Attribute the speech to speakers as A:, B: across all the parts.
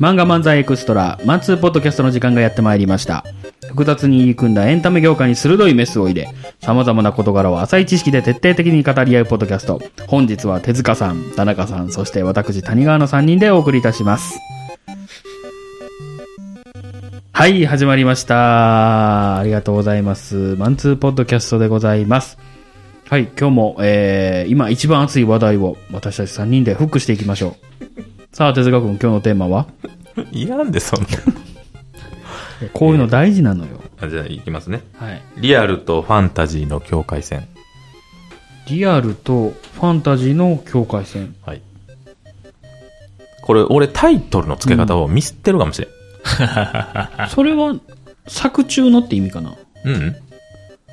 A: 漫画漫才エクストラ、マンツーポッドキャストの時間がやってまいりました。複雑に入り組んだエンタメ業界に鋭いメスを入れ、様々な事柄を浅い知識で徹底的に語り合うポッドキャスト。本日は手塚さん、田中さん、そして私、谷川の3人でお送りいたします。はい、始まりました。ありがとうございます。マンツーポッドキャストでございます。はい、今日も、えー、今一番熱い話題を私たち3人でフックしていきましょう。さあ、手塚くん、今日のテーマはい
B: らんで、そんな。
A: こういうの大事なのよ。
B: あじゃあ、いきますね。
A: はい。
B: リアルとファンタジーの境界線。
A: リアルとファンタジーの境界線。
B: はい。これ、俺、タイトルの付け方をミスってるかもしれん。
A: それは、作中のって意味かな
B: うん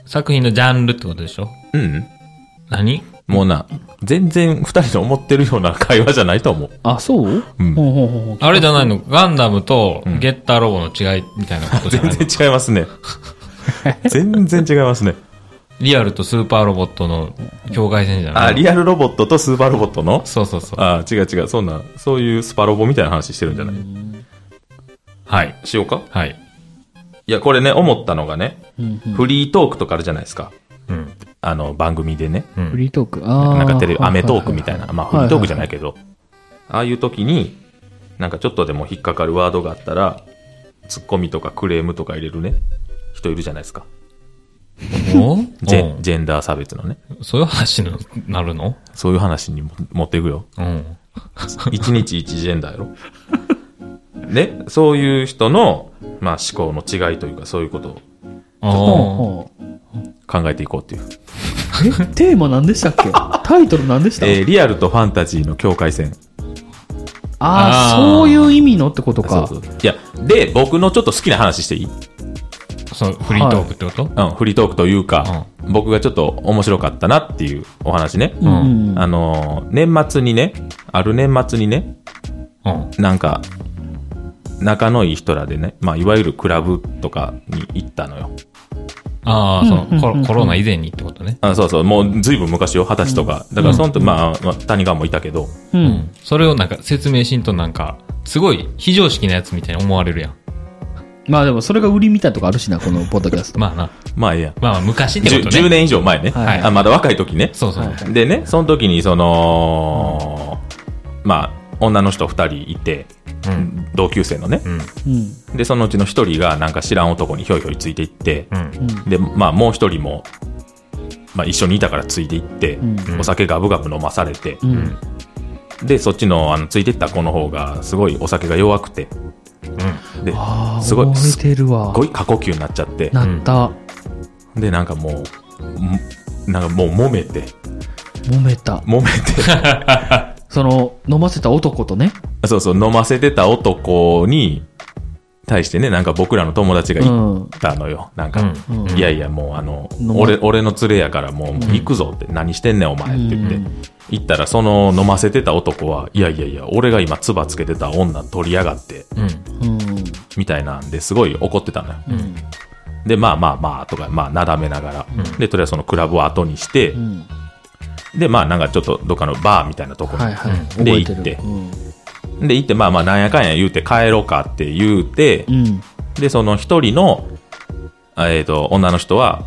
C: 作品のジャンルってことでしょ
B: うん
C: 何
B: もうな、全然二人の思ってるような会話じゃないと思う。
A: あ、そう、
B: うん
A: ほうほうほうほう
C: あれじゃないのガンダムとゲッターロボの違いみたいなことじゃ
B: 全
C: ないの
B: 然違います ね。全然違いますね。
C: リアルとスーパーロボットの境界線じゃない
B: あ、リアルロボットとスーパーロボットの
C: そうそうそう。
B: あ、違う違う。そんな、そういうスパロボみたいな話してるんじゃない
C: はい。
B: しようか
C: はい。
B: いや、これね、思ったのがね、
A: うんうん
B: フリートークとかあるじゃないですか。
C: うん。
B: あの、番組でね。
A: フ
C: うん。
A: リートーク。あー
B: なんかテレビ、アメトークみたいな。まあ、フリートークじゃない
A: け
B: けど。ああいう時に、なんかちょっとでも引っかかるワードがあったら、ツッコミとかクレームとか入れるね、人いるじゃないですか。
C: お
B: ジ
C: う
B: ェ
C: ん
B: ジェンダー差別のね。
C: そういう話になるの
B: そういう話にも持っていく よ。
C: うん。
B: 一日一ジェンダーやろ。ね、そういう人の、まあ、思考の違いというか、そういうことを
C: あ
B: 考えていこうっていう。
A: え、テーマ何でしたっけタイトル何でした、
B: えーリアルとファンタジーの境界線。
A: ああ
C: あー
A: そういう意味のってこと
B: そ
A: か。
B: うそう。いや、で、僕のちょっと好きな話していい
C: あ。そう、フリートークってこと
B: うん、フリートークというか、僕がちょっと面白かったなっていうお話ね。
A: うんうん
B: あのー年末にね、ある年末にね、
C: うん。
B: なんか、仲のいい人らでね、まあ、いわゆるクラブとかに行ったのよ。
C: ああ、そ
A: うん
C: のコロコロナ以前にってことね。
B: あそうそう、もうずいぶん昔よ、二十歳とか。だから、その時、まあ、まあ、谷川もいたけど、
A: う。
C: うんん。それをなんか説明しんとなんか、すごい非常識なやつみたいに思われるやん。
A: まあでもそれが売りみたいとかあるしな、このポッドキャスト。
C: まあな。
B: まあ、ええやん。
C: まあまあ昔って
B: 10,
C: ことね。
B: 10年以上前ね、
A: はい
B: あ。まだ若い時ね。
C: そうそう。
A: はい
B: でね、その時に、その、まあ、女の人二人いて、
C: うん。
B: 同級生のね
C: う。ん。
A: うん。
B: で、そのうちの一人が、なんか知らん男にひょいひょいついていって、
C: うん。
B: で、まあ、もう一人も、まあ、一緒にいたからついていって、
A: うん
B: お酒ガブガブ飲まされて、
A: うん。
C: ん
B: で、そっちの、あの、ついてった子の方が、すごいお酒が弱くて、で、
A: ああ
B: すごい
A: 覚えてるわ
B: す。ごい過呼吸になっちゃって、
A: なった。
B: で、なんかもう、んなんかもう揉めて、
A: 揉めた。
B: 揉めて、
A: その、飲ませた男とね。
B: そうそう、飲ませてた男に対してね、なんか僕らの友達が
A: う
B: 言っ
A: ん。
B: たのよ。なんか、
A: うん
B: いやいや、もうあの
A: 飲、ま
B: 俺、俺の連れやからもう行くぞって、何してんねんお前って言って
A: うん、
B: 行ったらその飲ませてた男は、いやいやいや、俺が今唾つけてた女取りやがって、
C: うん。
A: うん。
B: みたいなんですごい怒ってたのよ。
A: うん。
B: で、まあまあまあとか、まあなだめながら、
C: うん
B: で、とりあえずそのクラブを後にして
A: う、ん。
B: で、まあなんかちょっとどっかのバーみたいなところに、
A: はいはい。
B: うん
A: 覚えてる。
B: で行って
A: うん
B: で、行って、まあまあ、なんやかんや言うて帰ろうかって言うて、
A: うん。
B: で、その一人の、あえっ、と、女の人は、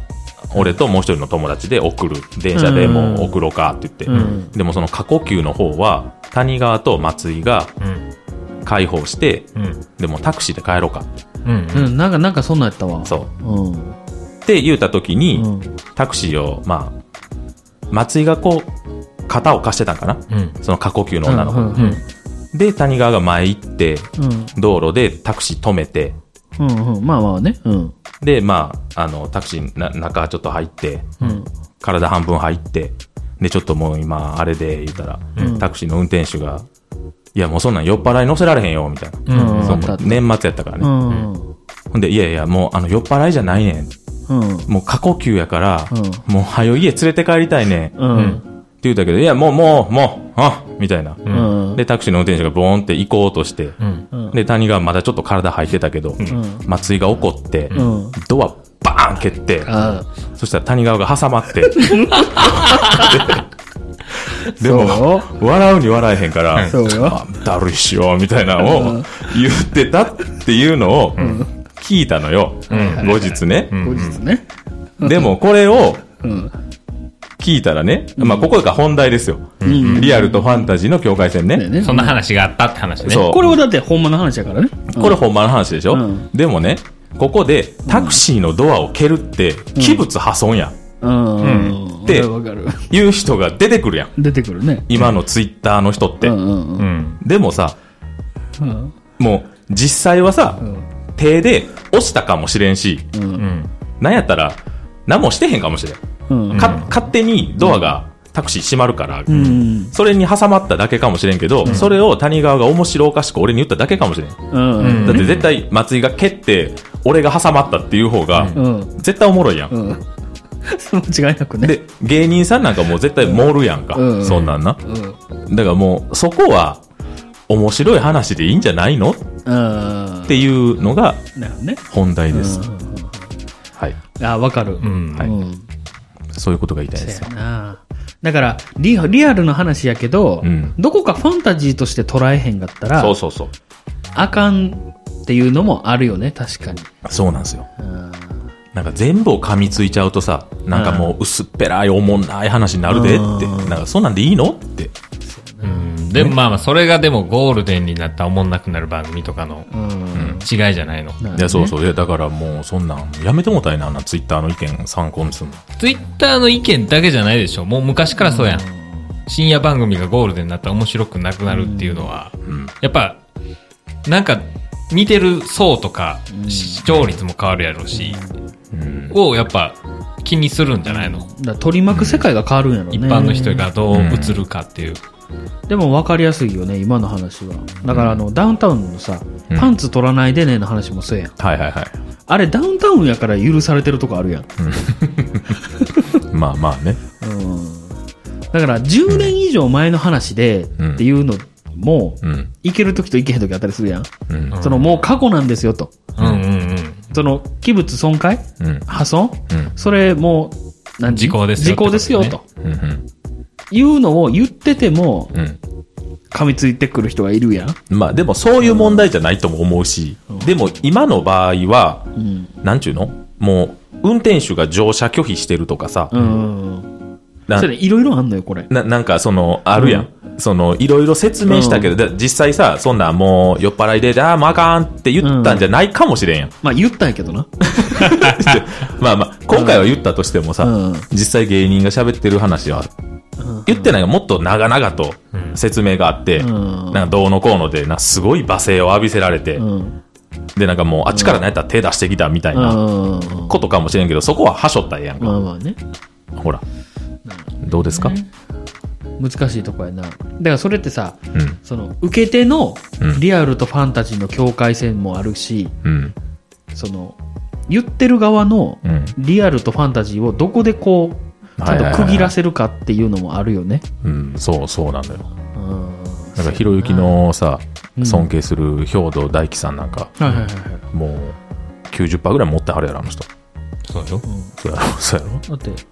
B: 俺ともう一人の友達で送る。電車でもう送ろうかって言って。
A: うん
B: でもその過呼吸の方は、谷川と松井が
C: うん。
B: 解放して、
C: うん。
B: でもうタクシーで帰ろうか。
C: うん。
A: う
C: うん。
A: ん。なんか、なんかそんなんやったわ。。
B: そう
A: うん。
B: う。って言うた時に、
A: うん
B: タクシーを、まあ、松井がこう、肩を貸してたんかな
C: うん。
B: その過呼吸の女の子。
A: うん
C: うん。
B: で、谷川が前行って、
A: うん。
B: 道路でタクシー止めて、
A: うん。うん。まあまあね。うん。
B: で、まあ、あの、タクシーな中ちょっと入って、
A: うん。
B: 体半分入って、で、ちょっともう今、あれで、言ったら、
A: うん
B: タクシーの運転手が、いや、もうそんなん酔っ払い乗せられへんよ、みたいな。
C: うん。うん。
B: そう
A: あったあった
B: 年末やったから
A: う
B: ね。
A: ん。
B: ほんで、いやいや、もう、あの、酔っ払いじゃないねん。
A: うん。
B: もう過呼吸やから、
A: う
B: もう、はよ家連れて帰りたいねん。って
A: うん。
B: 言うたけど、いや、もう、もう、もう、あみたいな。
A: うん。
B: で、タクシーの運転手がボーンって行こうとして、
C: うん。
A: うん
B: で、谷がまだちょっと体入ってたけど、
A: ん
B: 松井が怒って、
A: ん
B: ドアババーン蹴って、
A: あ
B: そしたら谷川が挟ま って。で
A: そ
B: も、笑うに笑えへんから、
A: そうよ
B: あだるいしよ、みたいなのを言ってたっていうのを聞いたのよ。後日ね。
A: 後日ね。
B: でも、これを
A: うん。
B: 聞いたらね、まあ、ここが本題ですよ。リアルとファンタジーの境界線ね。
A: ね
C: そんな話があったって話ね。
B: そう
A: これはだってほんまの話やからね。
B: これ本間の話でしょ、
A: うん
B: でもね、ここでタクシーのドアを蹴るって、器物破損や、
A: うん。うん。
B: で
A: わかる。
B: いう人が出てくるやん。
A: 出てくるね。
B: 今のツイッターの人って。
A: うんうんうん
C: うん。
B: でもさ、
A: うん。
B: もう実際はさ、
A: ん
B: 手で押したかもしれんし、
C: うん。
B: なんやったら何もしてへんかもしれん。
A: うん。
B: か勝手にドアがタクシー閉まるから、
A: うん。
B: それに挟まっただけかもしれんけど、それを谷川が面白おかしく俺に言っただけかもしれん。
A: うん。うん。
B: だって絶対松井が蹴って、俺が挟まったっていう方が、
A: うん。
B: 絶対おもろいやん。
A: うん。間違いなくね。
B: で、芸人さんなんかもう絶対盛るやんか。
A: うん
B: そんなんな。
A: うん。
B: だからもう、そこは、面白い話でいいんじゃないのっ
A: うん。
B: ていうのが
A: なるほどね。
B: 本題です。はい。
A: あ、わかる。う。
C: うんん。
B: はいそういうことが言いたいで
A: そ
B: す
A: う。やな。だからリ、リアルの話やけど、
B: うん
A: どこかファンタジーとして捉えへんかったら、
B: そうそうそう。
A: あかんっていうのもあるよね、確かに。
B: そうなんですよ。
A: うん
B: なんか全部を噛みついちゃうとさ、なんかもう薄っぺらいおもんない話になるでって、
A: うん
B: なんかそんなんでいいのって。
C: うんでもまあまあ、それがでもゴールデンになったおもんなくなる番組とかの
A: うん。
C: 違いじゃないの。
B: いや、そうそう。いや、だからもうそんなん、やめてもうたいな、あんなツイッターの意見参考にするの。
C: ツイッターの意見だけじゃないでしょ。もう昔からそうやん。深夜番組がゴールデンになったら面白くなくなるっていうのは、やっぱ、なんか、見てる層とか、視聴率も変わるやろうし、
B: うん。
C: をやっぱ気にするんじゃないの
A: だから取り巻く世界が変わるんやろね。
C: 一般の人がどう映るかっていう。
A: でも分かりやすいよね、今の話は。だからあの、ダウンタウンのさ、
B: うん
A: パンツ取らないでねの話もそうやん。
B: はいはいはい。
A: あれダウンタウンやから許されてるとこあるやん。
B: まあまあね。
A: うん。だから10年以上前の話で
B: うん
A: っていうのも、
B: うん。
A: いける時といけへん時あったりするやん。
B: うん。
A: そのもう過去なんですよと。
C: うんうんうん。
A: その器物損壊
B: うん。
A: 破損
B: うん。
A: それもう、何
C: 時効ですよ
A: 時効ですよ。
C: ってこと
B: うん。うん
A: いうのを言ってても、
B: うん。
A: 噛みついてくる人がいるやん。
B: まあでもそういう問題じゃないとも思うし、でも今の場合は、
A: うん。
B: なんちゅうのもう、運転手が乗車拒否してるとかさ、
A: うん。
B: な
A: それいろいろあんのよ、これ。
B: ななんかその、あるやん。その、いろいろ説明したけど、だ実際さ、そんなんもう酔っ払いで、ああ、もうあかんって言ったんじゃないかもし れんやん。
A: まあ言ったんやけどな。
B: まあまあ、今回は言ったとしてもさ、
A: うん
B: 実際芸人が喋ってる話は、言ってないがもっと長々と説明があって、
A: うん
B: なんかどうのこうので、なんかすごい罵声を浴びせられて、
A: うん。
B: で、なんかもうあっちから何やったら手出してきたみたいな
A: うん。
B: ことかもしれんけど、そこははしょったらええやんか。
A: まあまあね。
B: ほら。どうですか、
A: 難しいとこやな。だからそれってさ、
B: うん。
A: その、受け手の
B: うん
A: リアルとファンタジーの境界線もあるし、
B: うん。
A: その、言ってる側の
B: うん。
A: リアルとファンタジーをどこでこう、ちゃんと区切らせるかっていうのもあるよね。
B: うん、そう、そうなんだよ。
A: うん。
B: なんか、ひろゆきのさ
A: う、ん
B: 尊敬する兵藤大樹さんなんか、
A: はいはいはいはい。
B: もう、90%ぐらい持ってはるやろ、あの人。
C: そうよ。
B: そうやろ、そうやろ。
A: だって、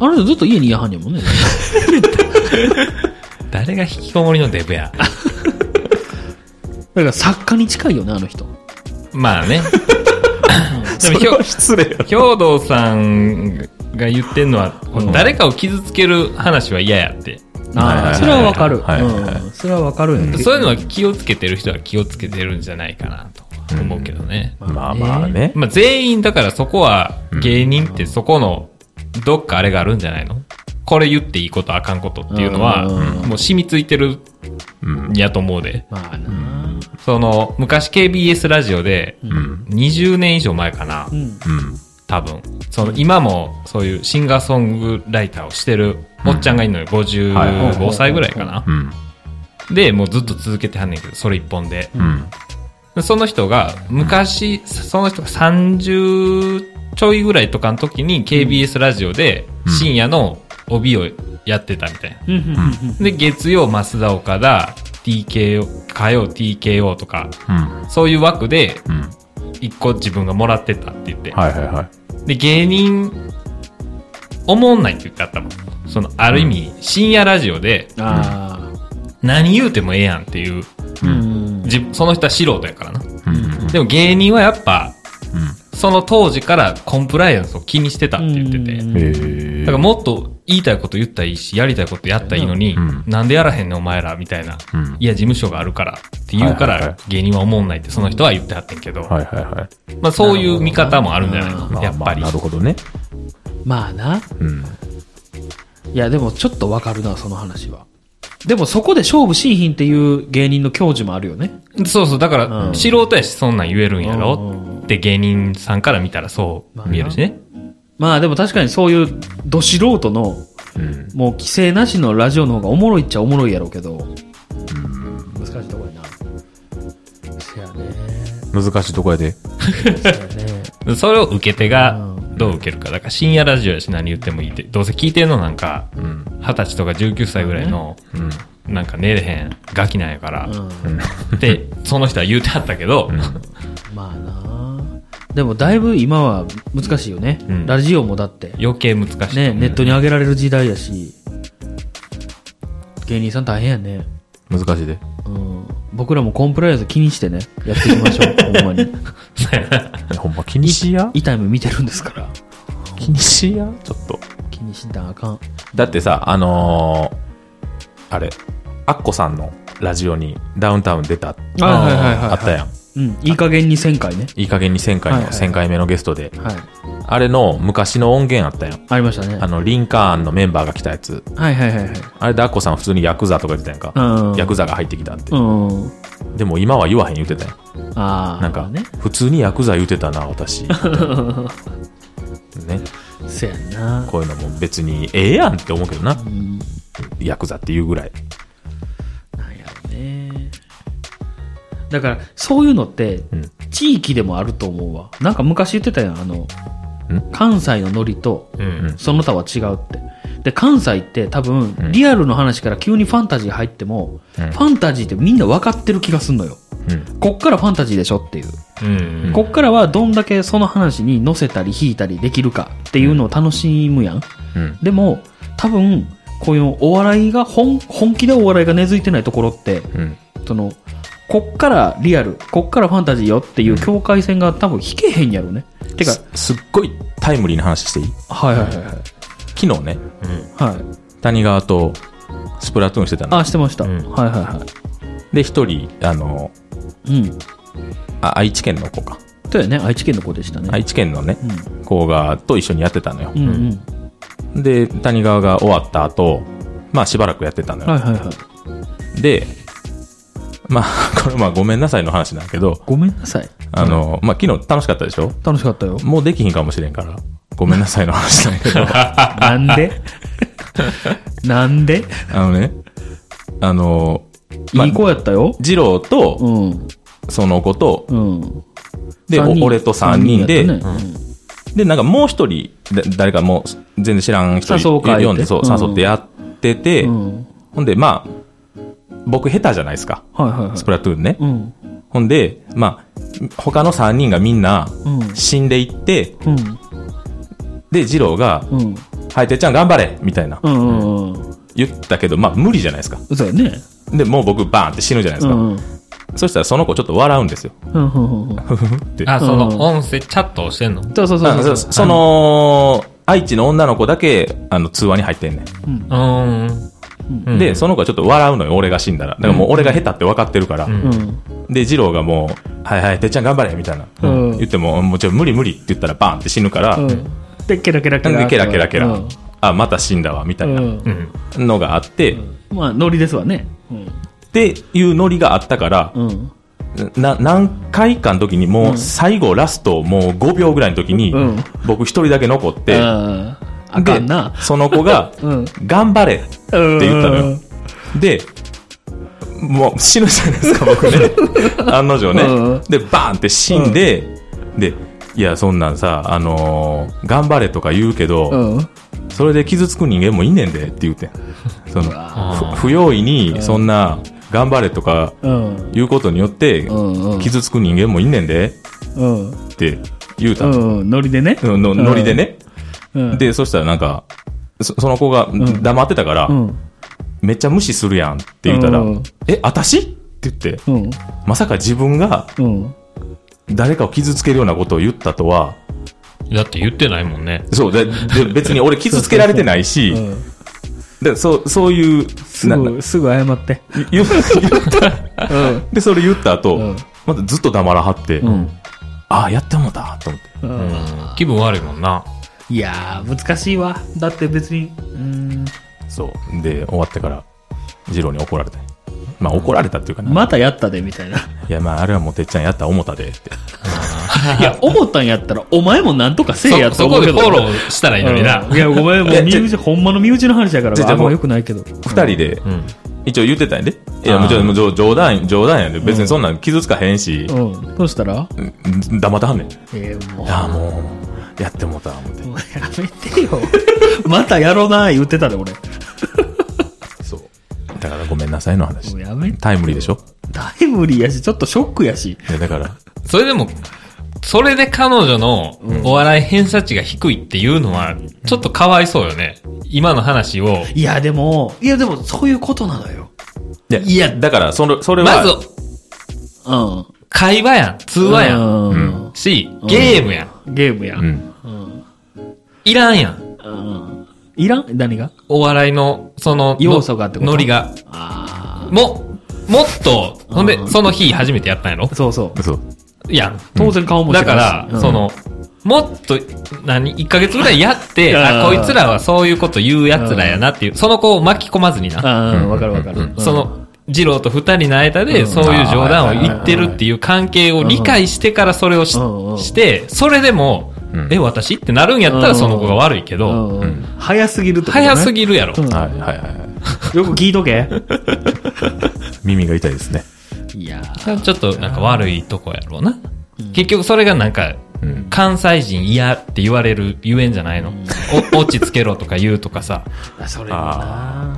A: あの人ずっと家にいやはんねんもんね。
C: 誰が引きこもりのデブや。
A: だから作家に近いよね、あの人。
C: ま あね。でもひょ、
B: 失礼やろ。
C: 兵藤さんが言ってんのは、誰かを傷つける話は嫌やって。
B: はいはいはい
A: ああ、それはわかる。
B: はいはいはい
A: うんそれはわかるんやけど
C: そういうのは気をつけてる人は気をつけてるんじゃないかなと思うけどね。
B: まあまあね。
C: まあ全員だからそこは芸人ってそこのどっかあれがあるんじゃないのこれ言っていいことあかんことっていうのは
A: う
C: もう染みついてる
B: うん
C: ん。やと思うで。
A: まあな
C: その昔 KBS ラジオで
B: うん。
C: 20年以上前かな
A: う。ん。
B: うん。
C: 多分。その今もそういうシンガーソングライターをしてるおっちゃんがいるのよ。55歳ぐらいかな
B: う。ん。
C: で、もうずっと続けてはんねんけど、それ一本で。
B: うん。
C: その人が昔、その人が30ちょいぐらいとかの時に KBS ラジオで深夜の帯をやってたみたいな。
A: うんうんうん
C: で、月曜、増田岡田、TKO、火曜、TKO とか、
B: うん。
C: そういう枠で
B: うん。
C: 一個自分がもらってたって言って。
B: はいはいはい。
C: で、芸人、おもんないって言ってあったもん。その、ある意味、深夜ラジオで、
A: あ
C: 何言うてもええやんっていう、
A: あ。うん。
C: 自分その人は素人やからな。
B: うんうんうん
C: でも芸人はやっぱ、その当時からコンプライアンスを気にしてたって言ってて、
A: うん
B: へえ
C: だからもっと言いたいこと言ったらいいし、やりたいことやったらいいのに、
B: うん
C: なんでやらへんねんお前ら、みたいな、
B: うん
C: いや、事務所があるからって言うか
B: はいはいは
C: ら、芸人は思んないってその人は言ってはってんけど、
B: はいはいはい
C: まあそういう見方もあるんじゃない
B: まあ
C: やっ
B: ま
C: ぱ
B: あ
C: り。
B: なるほどね
A: まあな。
B: うん
A: いや、でもちょっとわかるな、その話は。でもそこで勝負しいひんっていう芸人の教授もあるよね。
C: そうそう、だから、
A: うん
C: 素人やし、そんなん言えるんや
A: う
C: ろ
A: ん
C: って芸人さんから見たらそう見えるしね。
A: まあでも確かにそういうど素人の
B: うん
A: もう規制なしのラジオの方がおもろいっちゃおもろいやろうけど、難しいとこやな。そやね。
B: 難しいとこやで
A: そやね。
C: それを受け手が
A: うん
C: どう受けるか。だから深夜ラジオやし何言ってもいいって。どうせ聞いてんのなんか、
B: うん
C: 二十歳とか19歳ぐらいの、
B: うん
C: なんか寝れへん、ガキなんやから。
A: うん。
C: って、その人は言うてはったけど、
A: まあな。でもだいぶ今は難しいよね。
C: うん
A: ラジオもだって。
C: 余計難しいと思う。
A: ね、ネットに上げられる時代やし、芸人さん大変やね。
B: 難しいで
A: うん。僕らもコンプライアンス気にしてね、やっていきましょ う。ほんまに。
C: そうやな
B: ほんま気にしや
A: 痛い目見てるんですから。
B: 気にしやちょっと
A: 気にしんだらあかん。
B: だってさあのーあれアッコさんのラジオにダウンタウン出た
A: はいはいはいはいはい
B: あったやん
A: うん。いい加減に1000回ね。
B: いい加減に1000回の、
A: はいはい
B: 1000回目のゲストで
A: はい。
B: あれの昔の音源あったやん
A: ありましたね。
B: あのリンカーンのメンバーが来たやつ
A: はいはいはいはい。
B: あれでアッコさん普通にヤクザとか言ってたやんか、
A: うん。
B: ヤクザが入ってきたって、
A: うん。
B: でも今は言わへん言ってたやん
A: ああ。
B: なんか、
A: ね。
B: 普通にヤクザ言うてたな、私。 ね、
A: せやんな。
B: こういうのも別にええやんって思うけどな
A: う。ん。
B: ヤクザっていうぐらい。
A: なんやろね。だから、そういうのって、
B: うん。
A: 地域でもあると思うわ。なんか昔言ってたやん、あの
B: ん、
A: 関西のノリと、
C: うん。
A: その他は違うって。で、関西って多分
B: う、ん
A: リアルの話から急にファンタジー入っても、
B: うん
A: ファンタジーってみんな分かってる気がすんのよ。
B: うん。
A: こっからファンタジーでしょっていう。
C: うん。
A: こっからはどんだけその話に乗せたり引いたりできるかっていうのを楽しむやん。
B: うん。
A: でも、多分、こういうお笑いが、本、本気でお笑いが根付いてないところって、
B: うん。
A: その、こっからリアル、こっからファンタジーよっていう境界線が多分引けへんやろね。てか、
B: すすっごいタイムリーな話していい
A: はいはいはいはい。
B: 昨日ね、
A: はい。
B: 谷川とスプラトゥーンしてたの。
A: あ、してました。
C: うん
A: はいはいは
B: で、一人、あの、
A: い。うん。
B: あ愛知県の子か。
A: そうやね、愛知県の子でしたね。
B: 愛知県のね、
A: う
B: 子が、と一緒にやってたのよ。
A: ん。うんうん。
B: で、谷川が終わった後、まあしばらくやってたのよ。
A: はいはいはい。
B: で、まあ、 これまあごめんなさいの話なんだけど、
A: ごめんなさい。
B: あの、まあ、昨日楽しかったでしょ。
A: 楽しかったよ
B: もうできひんかもしれんから。ごめんなさいの話 なんや けど。
A: なんで なんで
B: あのね、あの、まあ
A: いい子やったよ。
B: 二郎と、
A: うん。
B: その子と、
A: うん。
B: で、
A: 三人
B: お俺と3人で、
A: 三人やったねうん
B: で、なんかもう一人、だ誰かもう全然知らん人
A: 誘う会って
B: 呼んで、そう、
A: うん
B: 誘ってやってて、
A: うん。
B: ほんで、まあ、僕下手じゃないですか。
A: はいはいはい
B: スプ。ラトゥーンね。
A: うん。
B: ほんで、まあ、他の3人がみんな
A: うん。
B: 死んでいって、
A: うん。
B: で、二郎が、
A: うん。
B: はい、てっちゃん頑張れみたいな
A: うん。うん。
B: 言ったけど、まあ無理じゃないですか。
A: そうやね。
B: で、もう僕バーンって死ぬじゃないで
A: う
B: すか。
A: ん。うん。
B: そしたらその子ちょっと笑うんですよ。
A: うんうんうん。
B: って。
C: あ、
A: うん
C: その音声チャットをしてんの
A: そうそう
B: あ
A: そ
B: そう
A: そう。
B: その、愛知の女の子だけ、あの、通話に入ってんね。
C: うんん。
B: で、その子はちょっと笑うのよ、俺が死んだら。だからもう俺が下手って分かってるから。
C: ん
A: うん。
B: で、二郎がもう、はいはい、てっちゃん頑張れみたいな。
A: うん
B: 言っても、もうちょ、無理無理って言ったらバーンって死ぬから、
A: うん。で、ケラケラケ
B: なん
A: ラ。
B: でケラケラケラ、
A: うん
B: あ、また死んだわ、みたいな
A: うん
C: うん。
B: のがあって、
A: まあ、ノリですわね。うん。
B: っていうノリがあったから、
A: うん。
B: な何回かの時にもう最後ラストもう5秒ぐらいの時に
A: うん
B: 僕一人だけ残って、
A: あーあかんな
B: で。その子が
A: うん
B: 「頑張れ」って言ったのよでもう死ぬじゃないですか僕ね 案の定ね
A: うん
B: でバーンって死んで、でいやそんなんさあのー頑張れとか言うけど、
A: うん。うん。
B: それで傷つく人間もいんねんでって言うてんその
C: あー
B: ふ不用意にそんな頑張れとか
A: うん。
B: 言うことによって
A: うんうん
B: 傷つく人間もいんねんで、
A: うん。
B: って言うた
A: う
B: の
A: ん、ノリでね。
B: うんのノリでね。
A: うん。
B: で、そしたらなんか、そその子が黙ってたから、
A: うん、
B: めっちゃ無視するやんって言ったら、
A: うん
B: え、私って言って、
A: うん、
B: まさか自分が
A: うん。
B: 誰かを傷つけるようなことを言ったとは、
C: だって言ってないもんね。
B: そう、で、で別に俺傷つけられてないし、
A: うん
B: でそう、そういう、
A: す
B: なな
A: ぐ、すぐ謝って。
B: 言う言った
A: うん。
B: で、それ言った後、
A: うん
B: またずっと黙らはって、
A: うん。
B: ああ、やってもうた、と思って。
A: う
C: うん
A: ん。
C: 気分悪いもんな。
A: いやー、難しいわ。だって別に、うん。
B: そう。で、終わってから、ジローに怒られた。まあ、怒られたっていうかな。
A: またやったで、みたい な。
B: いや、まあ、あれはもうてっちゃんやった思ったで、って。
A: いや、思ったんやったら、お前もなんとかせえや
C: そ、
A: と
C: そ
A: 思
C: こ
A: う
C: で
A: け
C: フ
A: ど。
C: ォローしたらいいのにな。
A: うんいや、ご めん、も
B: いうや
A: 身内、ほんまの身内の話やか
B: ちょ
A: ら、
B: ちょ
A: あん
B: も
A: ま
B: う
A: 良くないけど。
B: 二人で、
C: うん。
B: 一応言ってたんやで。いや、もちろん、もう冗冗談、冗談やで。別にそんなん傷つかへんし、
A: うん。どうしたら
B: うん黙ってはんねん。
A: えー、もう。
B: ああ、もう、やってもうた、思って。
A: もうやめてよ。 またやろうな、言ってたで、俺。も
B: そう。だからごめんなさいの話
A: う。やめて。
B: タイムリーでしょ
A: タイムリーやし、ちょっとショックやし。
B: いや、だから、
C: それでも、それで彼女のお笑い偏差値が低いっていうのは、ちょっとかわいそうよね。今の話を。
A: いや、でも、いや、でも、そういうことなのよ。
B: いや、
A: いや
B: だから、その、それは、
C: まず、
A: うん。
C: 会話やん。通話やん。
A: うん。
C: し、ゲームやん。
A: ゲームや。
B: う
A: うん。
B: ん。
C: いらんやん。
A: うんいらん何が
C: お笑いの、その、
A: 要素がってこと
C: ノリが。
A: あ
C: も、もっと、ほんで、その日初めてやったんやろ
A: あ。そうそう。
B: そう。
C: やん。
A: 当然顔も違う
C: だ
A: し
C: から、
A: うん
C: その、もっと、何、1ヶ月ぐらいやって、
A: あ
C: あ、
A: ー
C: こいつらはそういうこと言うやつらやなっていう、その子を巻き込まずにな。
A: ああ、わかるわかる。
C: その、二郎と二人の間で、そういう冗談を言ってるっていう関係を理解してからそれをし
A: うんうん
C: して、それでも
B: うん、
C: え、私ってなるんやった
A: う
C: ら
A: ん
C: その子が悪いけ
A: う
C: ど、
A: ん、
B: うん
A: 早すぎるってことね
C: 早すぎるやろ。
A: うん
B: はい、はい、はい。
A: よく聞いとけ。
B: 耳が痛いですね。
A: いや
C: ちょっとなんか悪いとこやろうな。結局それがなんか
B: うん、
C: 関西人嫌って言われるゆえんじゃないの。お 落ち着けろとか言うとかさ。
A: それ
B: あ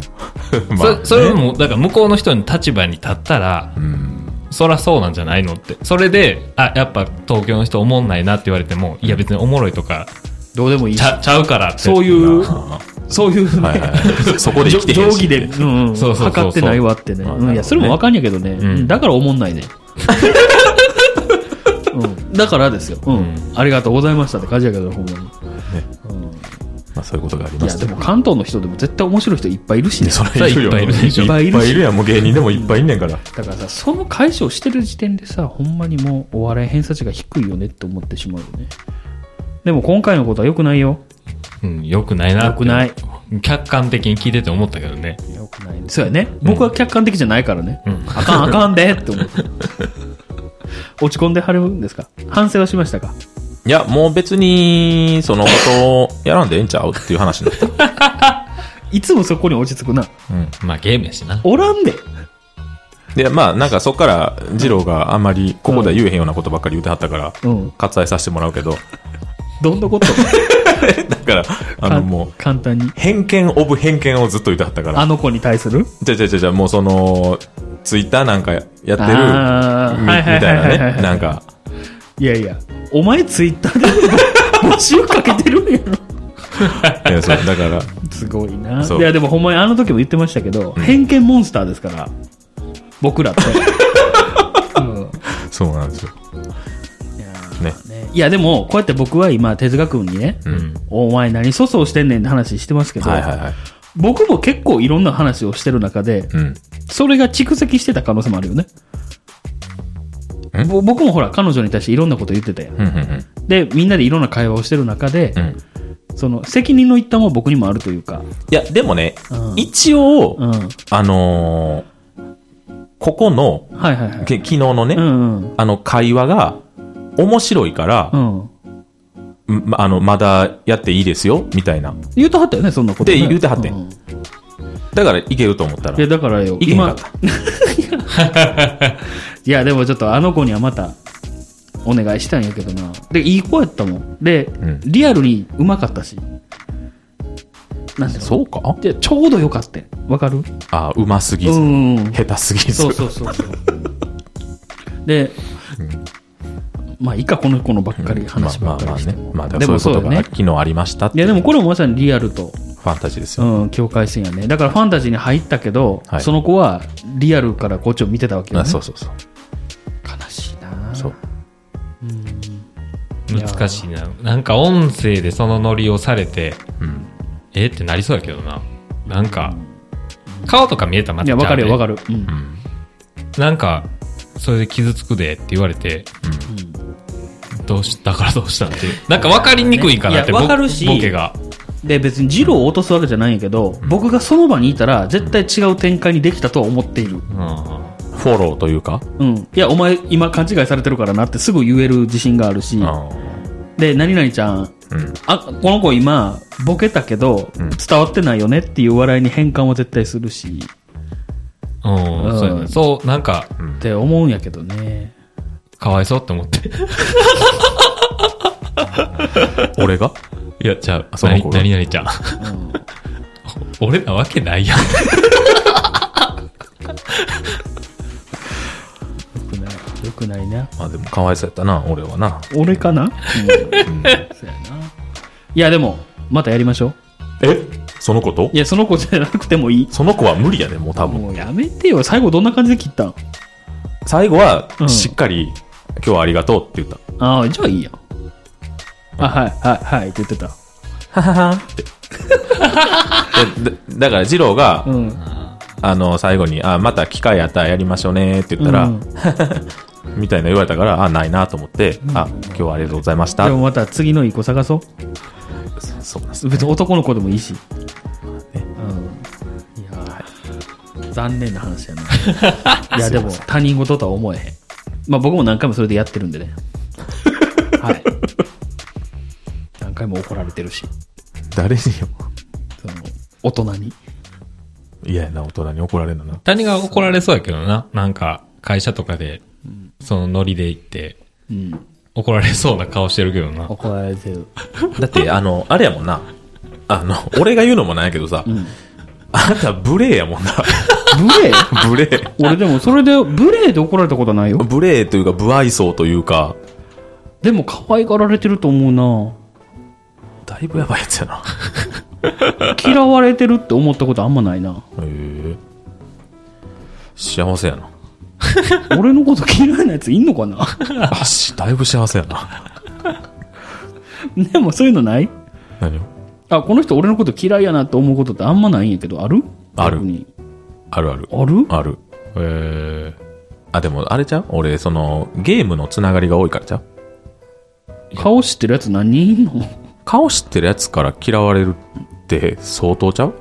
A: な。
B: まあ
C: そそれも、だから向こうの人の立場に立ったら、
B: うん。
C: そらそうなんじゃないのって。それで、あ、やっぱ東京の人おもんないなって言われても、いや別におもろいとか、
A: どうでもいい
C: ち
A: し。
C: ゃちゃうからって。
A: そう
C: う。
A: いう、
B: は
A: そういう
B: いは
A: ね、
B: いはい。そこで
A: じ
B: 生
A: ょ
B: きて
A: 定
B: へん
A: 義
B: し
A: で、うん、うん
C: そうそうそうそう
A: 測ってないわってね。
B: あ
A: うん、いや、それもわかんやけどね。
C: ん
A: だから思んないね。うん、だからですよ、うん。ありがとうございましたって感じやけど、ほんまに。
B: ねまあ、そういうことがあり
A: い
B: ま
A: や、
B: す
A: でも関東の人でも絶対面白い人いっぱいいるしね。
B: それいるよ。
C: いっぱいいるでし
B: い
C: ょ
B: っぱいいるやん。もう芸人でもいっぱいいんねんから。
A: だからさ、その解消してる時点でさ、ほんまにもうお笑い偏差値が低いよねって思ってしまうよね。でも今回のことは良くないよ。
C: うん、よくないな。
A: 良くない。
C: 客観的に聞いてて思ったけどね。
A: 良くない。そうやね。僕は客観的じゃないからね。
C: うん
A: あかんあかんでって思って。落ち込んではるんですか反省はしましたか
B: いや、もう別に、そのことをやらんでええんちゃうっていう話になった。
A: いつもそこに落ち着くな。
B: うん。
C: まあゲームやしな。
A: おらんで。
B: で、まあ、なんかそっから、二郎があんまり、ここでは言えへんようなことばっかり言うてはったから、
A: うん。
B: 割愛させてもらうけど、
A: どんなこと
B: だから、 あ
A: か
B: の、もう、
A: 簡単に。
B: 偏見オブ偏見をずっと言ってはったから
A: あ、の子に対する
B: じゃじゃじゃじゃもうその、ツイッターなんかやってる、みみ
A: あーはいはい
B: たい
A: はい
B: な
A: はいはい
B: ね、なんか、
A: いやいや。お前ツイッターで 募集かけてるんやろ。
B: いや、そう、だから、
A: すごいな。
B: そう
A: いや、でもほんまにあの時も言ってましたけど、偏見モンスターですから、僕 らって。うん
B: そうなんですよ。
A: いや
B: ね。
A: ーねいや、でも、こうやって僕は今、哲学にね、
B: うん。
A: お前何粗相してんねんって話してますけど、
B: はいはいはい。
A: 僕も結構いろんな話をしてる中で、
B: うん。
A: それが蓄積してた可能性もあるよね。
B: ん
A: ぼ僕もほら、彼女に対していろんなこと言ってたやん。
B: うんうん
A: で、みんなでいろんな会話をしてる中で
B: う、ん。うん。
A: その、責任の一端も僕にもあるというか、
B: いや、でもね、
A: うん
B: 一応、
A: うん。はい
B: あのーここの、
A: はいはい。
B: け昨日のね、
A: うんうん。
B: あの会話が面白いから
A: う、ん。
B: んまあの、まだやっていいですよ、みたいな。
A: 言うてはったよね、そんなこと、ね。
B: で言うてはってん
A: うんい
B: だからいけると思ったら。
A: や、
B: い
A: だからよ、
B: けへんかっ
A: 今、
B: た。
A: いや、でもちょっとあの子にはまた、お願いしたんやけどな。で、いい子やったもん。で、
B: ん
A: リアルにうまかったし。なんで
B: そうか
A: で、ちょうどよかったよわかる
B: あ、うますぎ
A: う
B: ず、
A: ん。
B: 下手すぎず。
A: そうそうそうそう。で、まあ、いいか、この子のばっかり、話ばっかりしても。
B: まあまあまあね。まあ、
A: で
B: で
A: も
B: も
A: そ
B: そう
A: う
B: いう
A: だ
B: こと
A: ね
B: が。昨日ありましたって
A: い
B: い
A: や、
B: う
A: でもこれもまさにリアルと、
B: ファンタジーですよ。
A: うん、境界線やね。だからファンタジーに入ったけど、
B: はい
A: その子はリアルからこっちを見てたわけよ、
B: あ
A: ね。
B: そうそうそう。
A: 悲しいな
B: そう。
A: いや
C: 難しいな。なんか音声でそのノリをされて、
B: うん。
C: えってなりそうやけどな。なんか、顔とか見えたらま
A: い
C: た
A: や、わかるよ、わか
C: か
A: る。うん。
B: うん。
C: なんか、それで傷つくでって言われて、どうし、だからどうしたん っていう。なんか分かりにくいかなって、
A: いや
C: ぼ
A: わかるし
C: ボケが。
A: で、別にジローを落とすわけじゃないんやけど、僕がその場にいたら、絶対違う展開にできたとは思っている。
C: うん。は
B: フォローというか、
A: うん。いや、お前、今勘違いされてるからなってすぐ言える自信があるし、
B: あ
A: で、何々ちゃん、
B: ーうん。
A: あ、この子今、ボケたけど、
B: ん
A: 伝わってないよねっていう笑いに変換は絶対するし、
C: う
A: うん
C: ん。そうやねそう、なんか、
A: って思うんやけどね。
C: かわいそうって思って。
B: 俺が
C: いや、じゃあ、
B: その子が
C: 何々ちゃん。俺なわけないやん。
A: よくない、よくないな。
B: まあでも、かわいそうやったな、俺はな。
A: 俺かな、うん、そうやな。いや、でも、またやりましょう。
B: えその子と
A: いや、その子じゃなくてもいい。
B: その子は無理やね、もう多分。
A: もうやめてよ。最後どんな感じで切ったん
B: 最後は
A: う、ん
B: しっかり、今日はありがとうって言っ
A: ああ、じゃあいいやん。あ、はい、はい、はいって言ってた。
B: た。はははって。 ででだから、二郎が、
A: うん。
B: あの、最後に、あ、また機会あったらやりましょうねって言ったら、
A: うん
B: みたいな言われたから、あ、ないなと思って、あ、今日はありがとうございました
A: で。もまた次のいい子探そう。
B: そうなんです。
A: 別に男の子でもいいし。うん。いやー、残念な話や な。いや、でも他人事とは思えへん。まあ僕も何回もそれでやってるんでね。 はい。何回も怒られてるし、
B: 誰によ。
A: その大人に。
B: 嫌やな、大人に怒られるのな。
C: 他人が怒られそうやけどな。なんか、会社とかで、そのノリで行って、
A: うん。
C: 怒られそうな顔してるけどな。
A: 怒られてる。
B: だって、あの、あれやもんな。あの、俺が言うのもなんやけどさ、
A: ん
B: あなた無礼やもんな。
A: 無礼
B: 無礼。
A: 俺でもそれで、無礼で怒られたことはないよ。
B: 無礼というか、不愛想というか、
A: でも可愛がられてると思うな。
B: だいぶやばいやつやな。
A: 嫌われてるって思ったことあんまないな。
B: へえ。幸せや な。
A: 俺のこと嫌いなやついんのかな
B: あ、し、だいぶ幸せやな。
A: でもそういうのない
B: 何を
A: あ、この人俺のこと嫌いやなと思うことってあんまないんやけど、ある
B: ある
A: 逆に
B: あるある。
A: ある
B: ある。ええ。あ、でも、あれちゃう俺、その、ゲームのつながりが多いからちゃう
A: 顔知ってるやつ何人いんの
B: 顔知ってるやつから嫌われるって相当ちゃう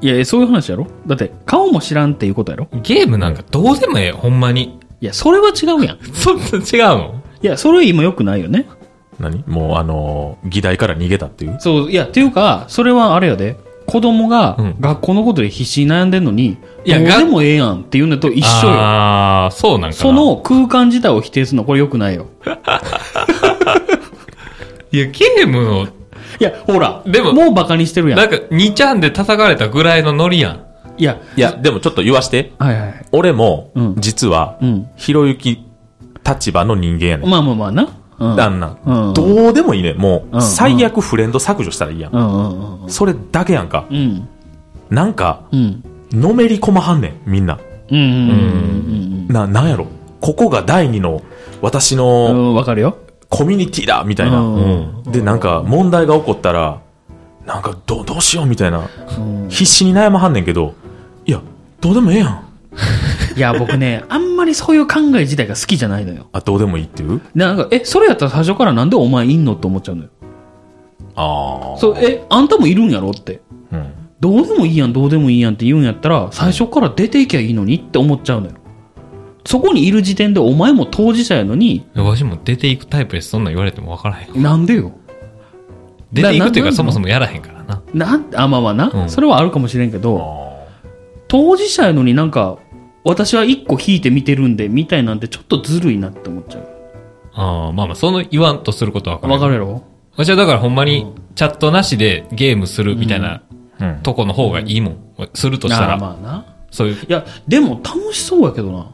A: いやいや、そういう話やろだって、顔も知らんっていうことやろ
C: ゲームなんかどうでもええ、ほんまに。
A: いや、それは違うやん。い
C: そんな違うの
A: や、それ今良くないよね。
B: 何もう、あの、議題から逃げたっていう
A: そう、いや、っていうか、それはあれやで。子供が
C: うん
A: 学校のことで必死に悩んでんのに、
C: いや
A: どう
C: が
A: でもええやんっていうのと一緒よ。
C: ああ、そうなんかな。
A: そ、の空間自体を否定するの、これ良くないよ。
C: いや、ゲームの、
A: いや、ほら、
C: でも
A: もう馬鹿にしてるやん。
C: なんか、2ちゃんで叩かれたぐらいのノリやん。
A: いや、
B: いや、でもちょっと言わして。
A: はいはいはい。
B: 俺も
A: うん、
B: 実は
A: うん、
B: ひろゆき立場の人間やねん。
A: まあまあまあな。うん。
B: あんな
A: うん
B: ん。どうでもいいねん。も
A: うん
B: う、最悪フレンド削除したらいいや。
A: うんんうんうんうん。
B: それだけやんか。
A: うん。
B: なんか、
A: うん。
B: のめり込まはんねん、みんな。
A: うんうんうん
B: な、なんやろ。ここが第二の、私
A: うんう
B: の
A: ん。わかるよ。
B: コミュニティだみたいな。
A: うん
B: うんで、なんか、問題が起こったら、なんか、どう、どうしようみたいな。
A: うん
B: 必死に悩まはんねんけど、いや、どうでもええやん。
A: いや、僕ね、あんまりそういう考え自体が好きじゃないのよ。
B: あ、どうでもいいっていう
A: でなんか、え、それやったら最初からなんでお前いんのって思っちゃうのよ。
B: ああ。
A: そう、え、あんたもいるんやろって。
B: うん。
A: どうでもいいやん、どうでもいいやんって言うんやったら、最初から出ていきゃいいのにって思っちゃうのよ。そこにいる時点でお前も当事者やのに、
C: わしも出ていくタイプです。そんなん言われても分からへん。
A: なんでよ。
C: 出ていくという
A: ななんなの
C: か、そもそもやらへんからな。
A: なん、あ、まあまあな、
C: うん
A: それはあるかもしれんけ
B: あ
A: ど、
B: ー
A: 当事者やのになんか、私は一個引いて見てるんで、みたいなんてちょっとずるいなって思っちゃう。
C: ああ、まあまあ、その言わんとすることは分から
A: わ
C: へん
A: かるやろ
C: 私はだからほんまにチャットなしでゲームするみたいな
B: うん。
C: とこの方がいいもん。するとした
A: ああ
C: ら、
A: まあな。
C: そういう、
A: いや、でも楽しそうやけどな。
C: いい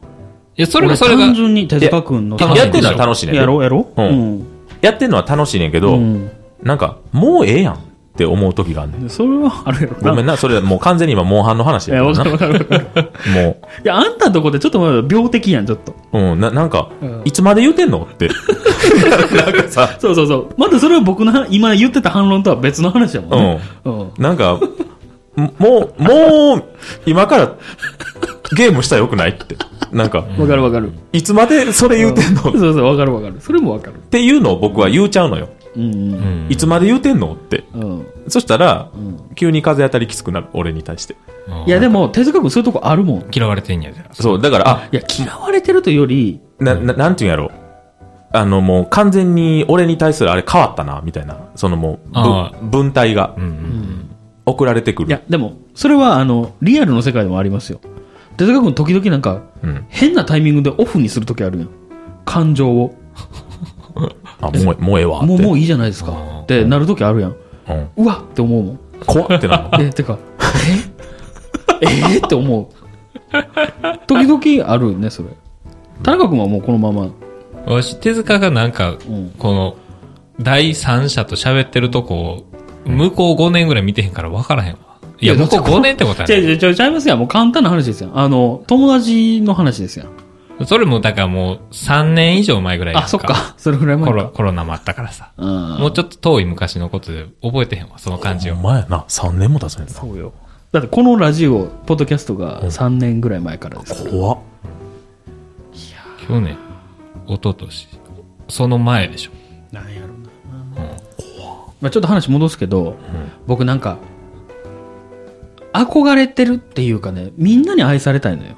C: や、それがそれが
A: 単、純に手塚くんの
C: 楽しい
B: やってるのは楽しいねんけ
A: やろ
B: ど
A: うやろ
B: うんやってるのは楽しいねんけ
A: う
B: ど、
A: ん
B: なんかもうええやんって思う時があんねん
A: うんそれはあるやろ
B: ごめん
A: な
B: なそれもう完全に今モンハンの話
A: いや
B: や
A: わ
B: け
A: かるわ
B: どな
A: かるわかる
B: も
A: いやあんたのとこでちょっとまだ病的やんちょっと
B: う、うん、ななんか、
A: うん
B: いつまで言うてんのって なんかさ
A: そうそうそうまだそれは僕の今言ってた反論とは別の話やもんねうん
B: なんかもうもう今からゲームしたらよくないってなんか
A: わかるわかる
B: いつまでそれ言うてんの
A: そう
B: っ
A: そうわかるわかるそれもわかる
B: ていうのを僕は言うちゃうのよ、
A: うんうん
C: うん
B: いつまで言うてんのって
A: うん
B: そしたら、急に風当たりきつくなる俺に対して
A: いやでも手塚君そういうとこあるもんい
C: 嫌われてんやじゃあ
B: そうだからあ
A: や嫌われてるというより
B: なななんていうんやろあのもう完全に俺に対するあれ変わったなみたいなそのも
C: あ
B: うぶ文体が
C: うんうん
B: 送られてく
A: いや
B: る、
A: でもそれはあのリアルの世界でもありますよ手塚君時々なんか
B: うん、
A: 変なタイミングでオフにするときあるやん感情を
B: あもうもうええわって
A: もうもういいじゃないですかってなるときあるやん
B: うん、
A: うわって思うもん
B: 怖ってなる
A: えてかええ ーって思う時々あるねそれ田中君はもうこのまま
C: うんわし手塚がなんか、
A: うん
C: この第三者と喋ってるとこを向こう5年ぐらい見てへんから分からへんわいや
A: いや
C: 向こう5年ってこと
A: ちゃ
C: や
A: いちゃいちゃいちゃいますやんもう簡単な話ですやんあの友達の話ですやん
C: ねそれもだからもう3年以上前ぐらいやん
A: あそっかそれぐらい
C: コ
A: 前
C: ロ
A: か
C: コロナもあったからさ
A: うん
C: もうちょっと遠い昔のことで覚えてへんわその感じを
B: お前やな3年も経つねんな
A: そうよだってこのラジオポッドキャストが3年ぐらい前からですから
B: 怖っ
C: 去年一昨年その前でしょ
A: なんやろな、まあ、ちょっと話戻すけど、僕なんか憧れてるっていうかねみんなに愛されたいのよ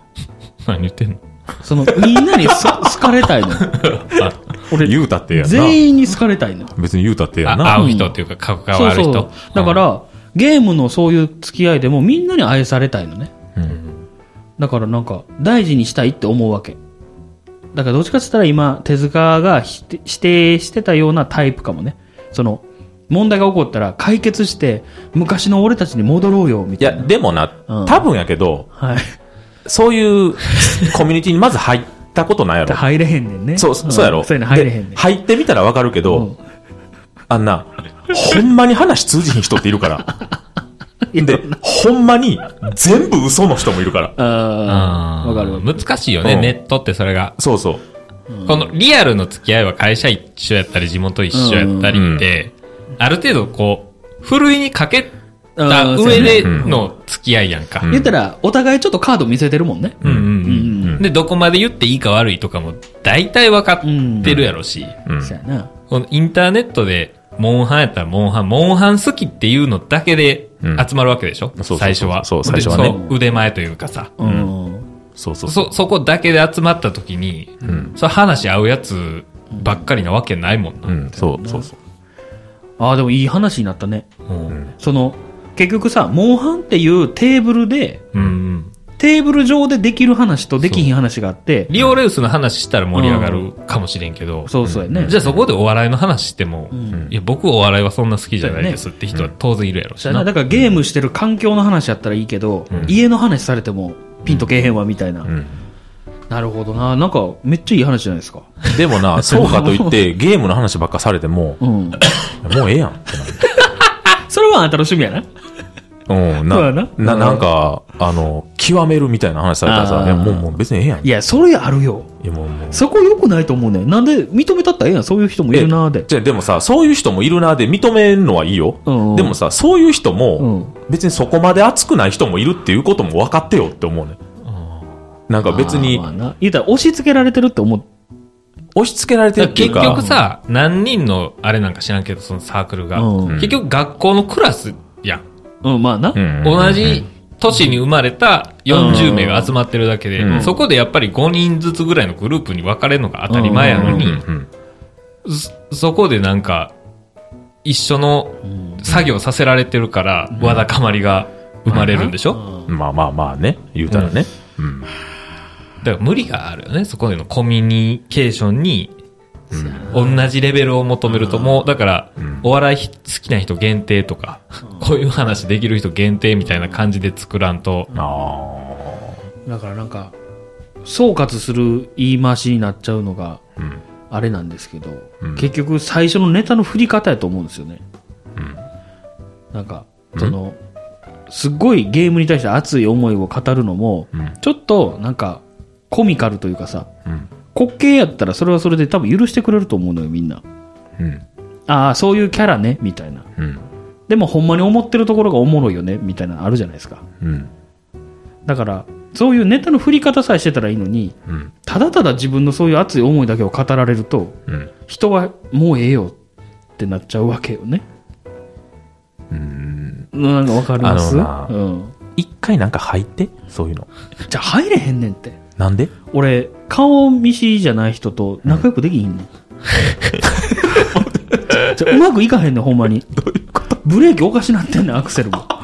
C: 何言ってんの
A: そ のみんなにそ好かれたいの俺
B: 言うたってやんな
A: 全員に好かれたいの
B: 別に言うたってやんな
C: あ会う人っていうか関
A: そう
C: わる
A: そ
C: 人
A: うだから、ゲームのそういう付き合いでもみんなに愛されたいのね
B: うん
A: だからなんか大事にしたいって思うわけだからどっちかって言ったら今手塚が否定指定してたようなタイプかもねその問題が起こったら解決して昔の俺たちに戻ろうよみ
B: い
A: たい
B: や
A: な
B: でもな、
A: うん
B: 多分やけど
A: はい
B: そういうコミュニティにまず入ったことないやろ
A: 入れへんねんね
B: そう、そうやろ、
A: んそういうの入れへんねん
B: で入ってみたらわかるけど、
A: うん
B: あんな、ほんまに話通じひん人っているから。 で、ほんまに全部嘘の人もいるから。
A: あー
C: うん
A: わかるわかる
C: 難しいよね、
B: うん
C: ネットってそれが
B: そうそう。
C: このリアルの付き合いは会社一緒やったり地元一緒やったりって、ある程度こう、ふるいにかけた上での付き合いやんか。
B: ん
A: 言ったらお互いちょっとカード見せてるもんね
C: うんうん
A: う
C: うん
A: ん
C: で、どこまで言っていいか悪いとかも大体分かってるやろし、
B: うん
A: そうやな
C: このインターネットで、モンハンやったらモンハン、モンハン好きっていうのだけで
B: うん
C: 集まるわけでしょ、
B: そうそうそう
C: 最初は。
B: そう最初はね
C: でそう腕前というかさ。
A: うん
B: そうそうそう。
C: そ、そこだけで集まった時に、それ話合うやつばっかりなわけないもんな。
B: うん、そうそうそう。
A: ああでもいい話になったね
C: うん。
A: その結局さモンハンっていうテーブルで
C: うんうん。
A: テーブル上でできる話とできひん話があって
C: リオレウスの話したら盛り上がるかもしれんけど、
A: そうそうやね
C: じゃあそこでお笑いの話しても、いや、僕お笑いはそんな好きじゃないですって人は当然いるやろし
A: そうやな
C: な。
A: だからゲームしてる環境の話やったらいいけど家の話されてもピンとけえへんわみたいな
B: うん、
A: なるほどななんかめっちゃいい話じゃないですか
B: でも な、そうかといって、ゲームの話ばっかされても、
A: うん
B: もうええやんって
A: それは楽しみやな
B: なる。うん、
A: そう
B: な、
A: やな
B: ななんか、あの、極めるみたいな話されたら
A: あ
B: さ、
A: ー
B: いや、もう、もう別にええやん。
A: い
B: い
A: やそれあるよ
B: や、もう、もう。
A: そこ良くないと思うねんなんで認めたったらええやんそういう人もいるなーで
B: じゃあでもさ、そういう人もいるなで認めるのはいいよ。
A: うんうん
B: でもさ、そういう人
A: うん
B: も、別にそこまで熱くない人もいるっていうことも分かってよって思うね。なんか別に
A: あーまあな言うたら押し付けられてるって思う
B: 押し付けられて
C: だ
B: る
C: か
B: っ
C: ら
B: ていう
C: 結
B: か。
C: 局さ、何人のあれなんか知らんけど、そのサークルが、
A: うん
C: 結局学校のクラスやん。
A: うんまあな
B: うん、
C: 同じ都市に生まれた40名が集まってるだけで、
B: うん
C: そこでやっぱり5人ずつぐらいのグループに分かれるのが当たり前やの
B: うん
C: に、
B: うん
C: そそこでなんか一緒の作業させられてるから、わだかまりが生まれるんでしょ、
B: うんまあまあまあね、言うたらね。うん。
C: だから無理があるよねそこでのコミュニケーションに、同じレベルを求めるともうだから、お笑いひ好きな人限定とか、こういう話できる人限定みたいな感じで作らんと、
B: ああ。
A: だからなんか総括する言い回しになっちゃうのが
B: うん
A: あれなんですけど、
B: うん
A: 結局最初のネタの振り方やと思うんですよね
B: うん
A: なんかそのすっごいゲームに対して熱い思いを語るのも
B: うん
A: ちょっとなんかコミカルというかさ
B: うん
A: 滑稽やったらそれはそれで多分許してくれると思うのよみんな
B: うん
A: ああそういうキャラねみたいな
B: うん
A: でもほんまに思ってるところがおもろいよねみたいなのあるじゃないですか
B: うん
A: だからそういうネタの振り方さえしてたらいいのに
B: うん
A: ただただ自分のそういう熱い思いだけを語られると
B: うん
A: 人はもうええよってなっちゃうわけよね
B: うん
A: なんかわかります
B: あのな
A: うん、
B: 一回なんか入ってそういうの
A: じゃあ入れへんねんって
B: なんで
A: 俺顔見知りじゃない人と仲良くできひ んねん、じゃあうまくいかへんねんほんまにブレーキおかしなってんねんアクセルもだか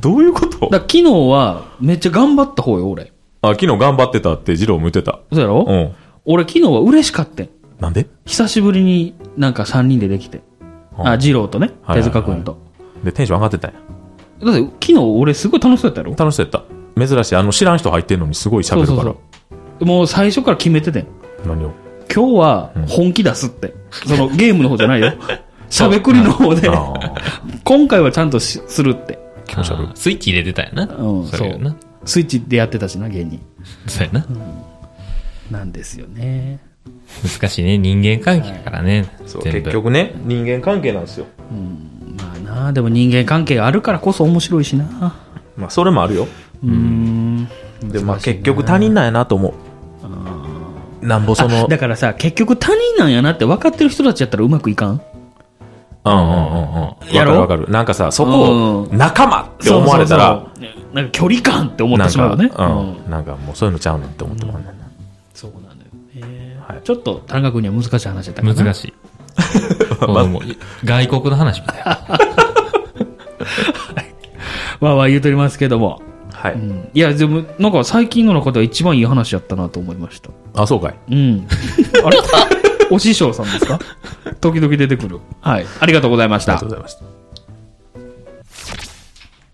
B: どういうこと
A: ら昨日はめっちゃ頑張った方よ俺
B: あ昨日頑張ってたって二郎も言ってた
A: そうやろ、
B: うん
A: 俺昨日は嬉しかったん
B: なんで
A: 久しぶりになんか3人でできて、
B: うん
A: あ二郎とね
B: はいは
A: 手
B: いはい
A: 塚君と、
B: でテンション上がってたんや
A: だって昨日俺すごい楽しそうやったやろ
B: 楽しそうやった珍しいあの知らん人入ってんのにすごい喋るから
A: そうそうもう最初から決めててん
B: 何 を
A: 今日は本気出すって、その ゲームの方じゃ ないよしゃべくりの方 で
B: ああ
A: 今回はちゃんとしするって、
B: 気持ち悪い
C: あースイッチ入れてたよな。
A: うん、
C: それよな。
A: スイッチでやってたしな芸人
C: そうやな。
A: なんですよね
C: 難しいね。人間関係だからね。
B: そう
C: 全部
B: 結。局ね人間関係なんですよ
A: まあなでも人間関係があるからこそ面白いしな
B: まあそれもあるよ
A: うーん
B: でまあ結局他人なんやなと思うなんぼその
A: だからさ結局他人なんやなって分かってる人たちやったらうまくいかん
B: うんうんうんうん。わ
A: や
B: か
A: ろ
B: るわかる。なんかさ、そこを仲間って思われたら、
A: そうそうそうなんか距離感って思っ
B: な
A: て
B: ん
A: しまうよ
B: か、
A: ね
B: うん。なんかもうそういうのちゃうねんって思ってもらうねんな。
A: そうなのよね、
B: はい
A: ちょっと田中君には難しい話だったからな
C: 難し い。こうもう外国の話みたいな。
A: わーわー言うとりますけども、
B: は
A: う
B: い。
A: ん、いやでもなんか最近の中では一番いい話やったなと思いました
B: あ、そうかい。
A: うん あれお師匠さんですか時々出てくるはいありがとうございました
B: ありがとうございました。